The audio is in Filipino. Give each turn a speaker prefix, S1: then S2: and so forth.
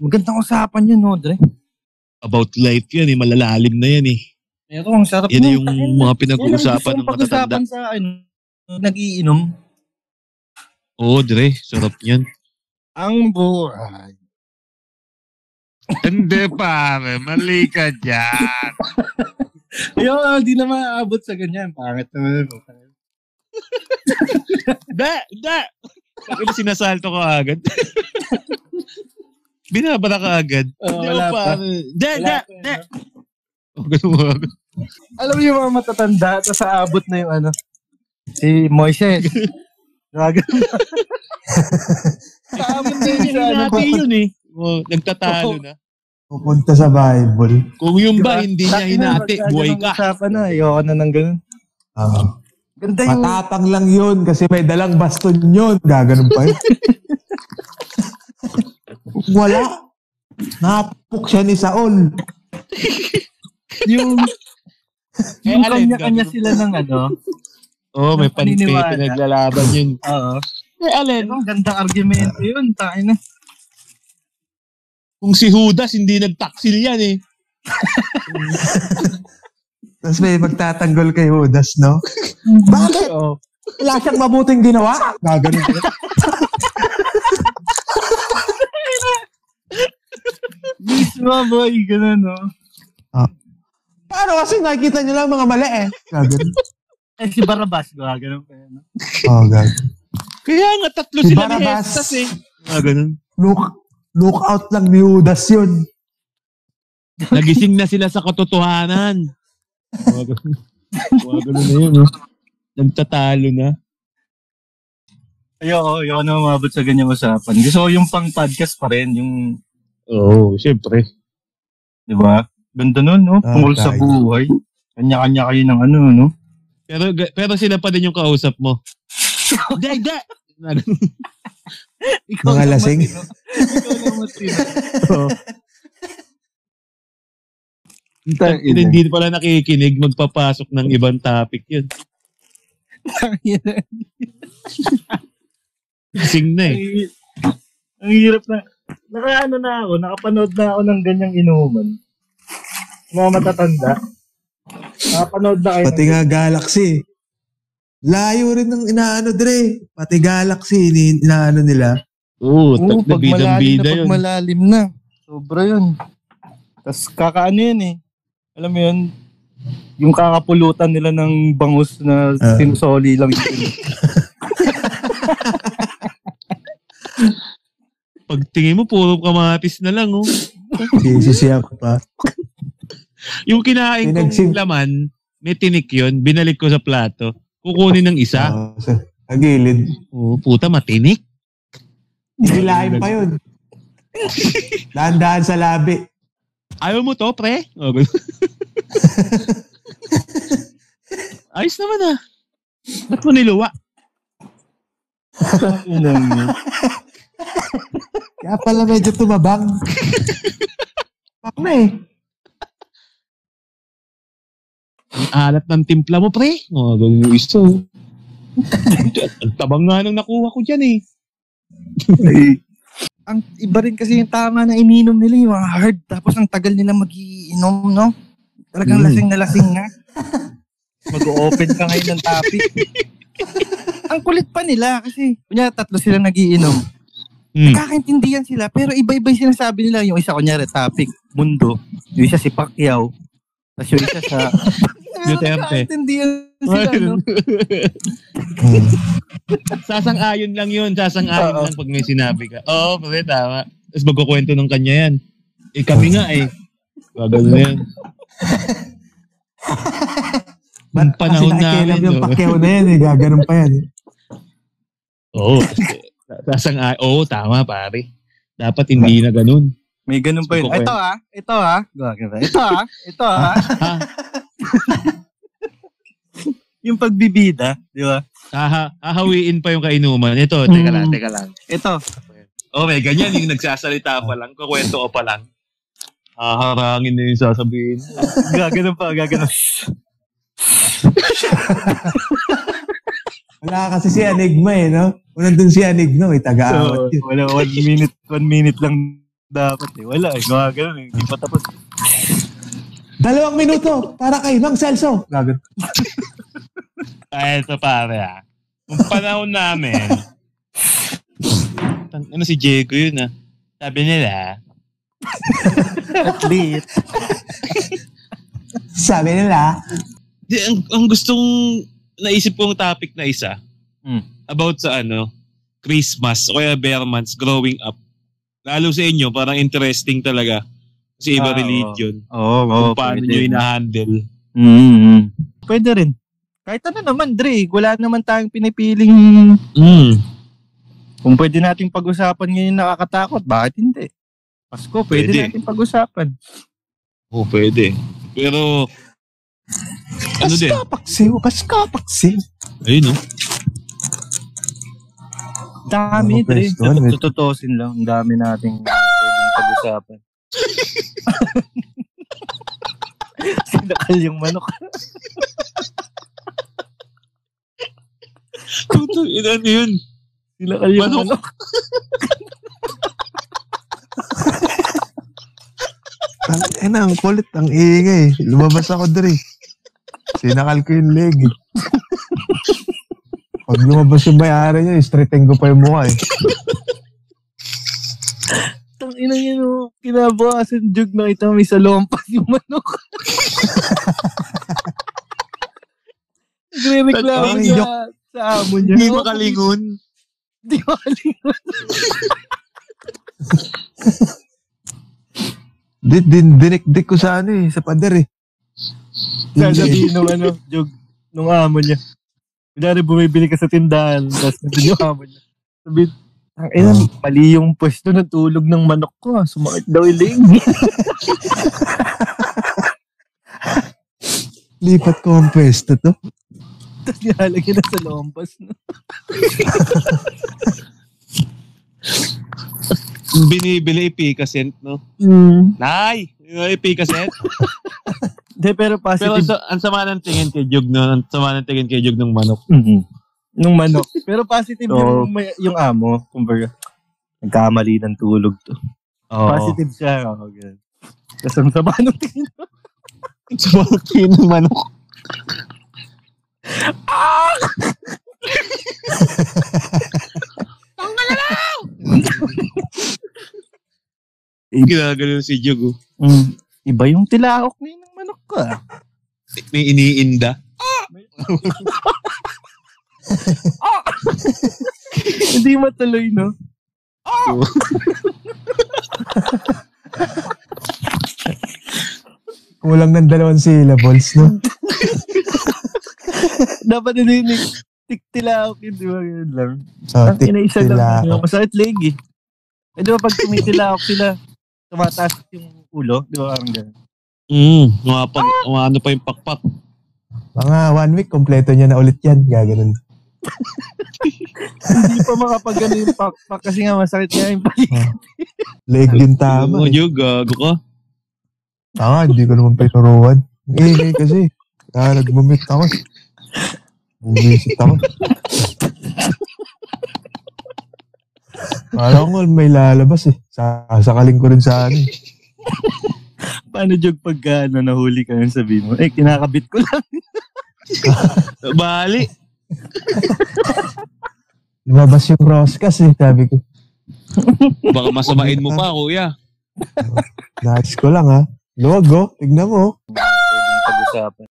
S1: Magandang usapan yun, no, Dre?
S2: About life yan eh. Malalalim na yan eh.
S1: Pero ang sarap
S2: Yan na
S1: nun.
S2: yung
S1: Tagal na.
S2: mga
S1: Yan ang gusto
S2: pinag-uusapan
S1: kong
S2: ng matatanda.
S1: pag-usapan sa ano, nag-iinom.
S2: Oo, Dre. Sarap yan.
S1: Ang buhay.
S3: Hindi pare, mali ka dyan.
S1: Ayun, di na maaabot sa ganyan. Pangit naman.
S2: Da! Da! Bakit sinasalto ko agad? Binabara ka agad.
S1: Oh,
S2: Hindi
S1: wala
S2: mo
S1: pa.
S2: pa. Da!
S1: Wala
S2: Da!
S1: pa,
S2: Da!
S1: ano?
S2: Oh, ganun mo agad.
S1: Alam mo yung mga matatanda, tapos aabot na yung ano, si Moises.
S2: Diba?
S1: Gagano. Aabot na yun sa ano
S2: Hinati yun eh. Oh, nagtatalo na.
S4: Pupunta sa Bible.
S2: Kung yung ba
S1: Diba?
S2: hindi niya
S1: Dati na,
S2: hinati,
S1: pagka
S2: buhay
S1: ganung
S2: ka.
S1: Usapan na, ayoko na ng ganun.
S4: Ah.
S1: Ganda yung...
S4: Matatang lang yun kasi may dalang baston yun. Gaganon pa yun. Wala. Napok siya ni Saul.
S1: yung
S2: Eh,
S1: yung
S2: alin,
S1: kanya-kanya
S2: ganun?
S1: sila ng ano.
S2: Oo, oh, may
S1: Ang
S2: panpe,
S1: paniniwala.
S2: pinaglalaban yun.
S1: Oo.
S2: Eh, Allen,
S1: Pero ang gandang argumento yun, tayo na.
S2: kung si Judas, hindi nagtaksil yan eh.
S4: Tapos may magtatanggol kay Judas, no? Bakit?
S1: Oo.
S4: Wala siyang mabuting ginawa. Gaganon pa yun.
S1: Mismo boy, ganun no.
S4: Paano kasi nakikita niyo lang mga mali eh. Gaganon.
S1: Eh si Barabas, gagano pa yun. no?
S4: Oh, gaganon.
S2: Kaya nga tatlo
S4: Si
S2: sila ni
S4: Barabas.
S2: Hestas eh. Ah, ganun.
S4: Look, look out lang ni Judas yun.
S2: Nagising na sila sa katotohanan. Mga ganun. Mga ganun na yun eh. Nagtatalo na.
S1: Ayoko, ayoko na umabot sa ganyang usapan. Gusto ko yung pang podcast pa rin, yung,
S2: Oo, oh, syempre.
S1: di ba? Ganda nun, no?
S4: Ah,
S1: Tungkol sa
S4: tayo.
S1: buhay. Kanya-kanya kayo ng ano, no?
S2: Pero, ga- pero sila pa din yung kausap mo. Hindi, hindi. Na ganun.
S1: Ikaw
S4: Mga
S1: lang
S4: lasing.
S1: matino. Ikaw lang matino.
S2: Kung hindi pala nakikinig, magpapasok ng ibang topic yun. Gising na eh.
S1: Ang hi- Ang hirap na. Nakaano na ako, nakapanood na ako ng ganyang inuman. Mga matatanda. Nakapanood na kayo. ng-
S4: Pati nga Galaxy. Layo rin ng inaano dre. Pati Galaxy ni inaano nila.
S2: Oo,
S1: Oo,
S2: oh,
S1: pag malalim
S2: bidang-bida
S1: na,
S2: yun.
S1: pag malalim na. Sobra yun. Tapos kakaano yun eh. Alam mo yun, yung kakapulutan nila ng bangus na
S4: Ah.
S1: sinusoli lang yun.
S2: Pag tingin mo, puro kamatis na lang, oh.
S4: Sisisiya ko pa.
S2: Yung kinain
S4: Pinagsim-
S2: kong laman, may tinik yun, binalik ko sa plato. Kukunin ng isa.
S4: Oh, sa sa gilid.
S2: Oo, puta, matinik.
S4: Nilain pa yun. Dahan-dahan sa labi.
S2: Ayaw mo to, pre? Oh, ganun. Ayos naman ah. Ba't mo niluwa?
S1: Yun lang yun.
S4: Kaya pala medyo tumabang. Pak na eh.
S2: Ang alat ng timpla mo, pre. Oh, ganun yung isa. oh. Ang tabang nga nung nakuha ko dyan eh.
S1: ang iba rin kasi yung tama na ininom nila yung mga hard tapos ang tagal nila magiinom no talagang
S2: Mm.
S1: lasing na lasing na mag-open ka ngayon ng topic ang kulit pa nila kasi kunya tatlo sila nagiinom
S2: Hmm.
S1: kakaintindihan sila pero iba-iba yung sinasabi nila yung isa kunyari topic mundo yung isa si Pacquiao tapos yung isa sa
S2: Duterte.
S1: kakaintindihan sila no?
S4: ano? Hmm.
S2: Sasang-ayon lang yun. Sasang-ayon
S1: Oo.
S2: lang pag may sinabi ka. Oo, pre, tama. Tapos magkukwento ng kanya yan. Eh, kami nga eh. Bagal na yan. Ang panahon
S4: Kasi nakikialam
S2: namin,
S4: yung
S2: no?
S4: pakyaw na yan eh. Gaganon pa yan. eh.
S2: Oo. Sasang-ayon. Oo, tama, pare. Dapat hindi na ganun.
S1: may ganun pa yun
S2: Kukwento.
S1: ito ah ito ah ito ah ito ah yung pagbibida di ba
S2: Haha, hahawiin pa yung kainuman. Ito, teka lang,
S1: Mm.
S2: teka lang.
S1: ito
S2: Oh, may ganyan yung nagsasalita pa lang, kukwento ko pa lang. Haharangin na yung sasabihin.
S1: Gagano pa, gagano.
S4: Wala kasi si
S1: Ah,
S4: Anigma eh, no? Unang dun si Anigma, may taga-awat
S1: So,
S4: yun.
S1: wala, one minute, one minute lang Dapat eh. Wala eh. Gumagano eh. Hindi pa tapos.
S4: Dalawang minuto para kay Mang Celso. Gagan.
S2: Ay, ito pare ah. Ang panahon namin, tang- ano si Diego yun ah. Sabi nila,
S1: Athlete.
S4: Sabi nila,
S2: di, ang, ang gustong naisip kong topic na isa
S1: Hmm.
S2: about sa ano, Christmas o kaya bear months growing up. Lalo sa inyo, parang interesting talaga. Kasi
S1: Ah,
S2: iba
S1: oo.
S2: religion.
S1: Oo.
S2: Kung paano nyo ina-handle.
S1: mm Pwede rin. Kahit ano naman, Dre. Wala naman tayong pinipiling
S2: Mm.
S1: Kung pwede nating pag-usapan ngayon yung nakakatakot, bakit hindi? Pasko, pwede,
S2: Pwede.
S1: nating pag-usapan.
S2: Oo, pwede. Pero, ano din?
S4: Paska paksiw, paska paksiw.
S2: Ayun, oh.
S1: Dami,
S4: Mga
S1: Dre.
S4: question, eh.
S1: Tututusin lang. Ang dami nating pwedeng pag-usapan. Sinakal yung manok.
S2: Puto, yun, ano yun?
S1: Sinakal yung
S2: Manok.
S1: manok.
S4: Ang, eh na, ang kulit, ang iingay. Lumabas ako dre. Sinakal ko yung leg. eh. Pag lumabas yung bayari niya, istreteng ko pa yung mukha eh.
S1: Tang ina yun, oh. kinabukasan jug na ito, may salompas yung manok. Nagre-reklamo
S4: Ay,
S1: siya sa amo niya.
S4: Hindi
S1: makalingon. Hindi makalingon.
S4: Di, din, dinikdik ko sa ano eh, sa pader eh.
S1: Sasabihin nung ano, jug, nung amo niya. Kunyari bumibili ka sa tindahan, tapos nandun yung amo niya. Sabihin, ang ina, mali yung pwesto ng tulog ng manok ko. ah. Sumakit daw yung leg.
S4: Lipat ko ang pwesto to.
S1: tapos nilalagay na sa lompas. No?
S2: Binibili ipikasent, no?
S1: Hmm.
S2: Nay! Yung ipikasent?
S1: De, pero
S2: Pero
S1: positive
S2: sa, ang sama ng tingin kay Jug, no? Ang sama ng tingin kay Jug ng manok.
S1: Mm-hmm. Nung manok. Pero positive
S2: Oo.
S1: yung, may- yung amo. Kumbaga, nagkamali ng tulog to.
S2: Oo.
S1: Positive siya. Oh, ganun. Tapos ang sama nung tingin.
S2: Sama ng tingin ng manok. Ginagalaw si Jug, oh.
S1: Mm. Iba yung tilaok ngayon ng manok ko. Ah.
S2: May iniinda.
S1: Hindi matuloy, no?
S4: Kulang ng dalawang syllables, no?
S1: Dapat hindi ni tik tilaok yun, di ba? Ganun lang.
S4: So,
S1: Ang ina isa lang.
S4: tiktila.
S1: ano, Masakit leg eh. Eh, di ba pag tumitilaok sila, tumataas yung ulo, di ba? Parang ganun.
S2: Mm. Mga, pag, mga ano pa yung pakpak.
S4: Mga one week, kompleto niya na ulit yan. Gaganon.
S1: Hindi pa makapagano yung pakpak kasi nga masakit nga yung paligid.
S4: Leg din
S2: Oo,
S4: tama. eh.
S2: Jug, gago ka.
S4: Tama, Ah, hindi ko naman pinuruan. Ingay kasi. Kaya nag-mumit ako. Bumisit ako. Kala ko nga may lalabas eh. Sasakaling ko rin sa ano. eh.
S1: Paano jog pagka ano, nahuli ka yun sabihin mo, eh kinakabit ko lang.
S2: Bali.
S4: Lumabas yung crosscast eh, sabi ko.
S2: Baka masamain mo pa, kuya.
S4: Nice ko lang ha. ah. Luwag oh, tignan mo.
S1: Pwedeng pag-usapan.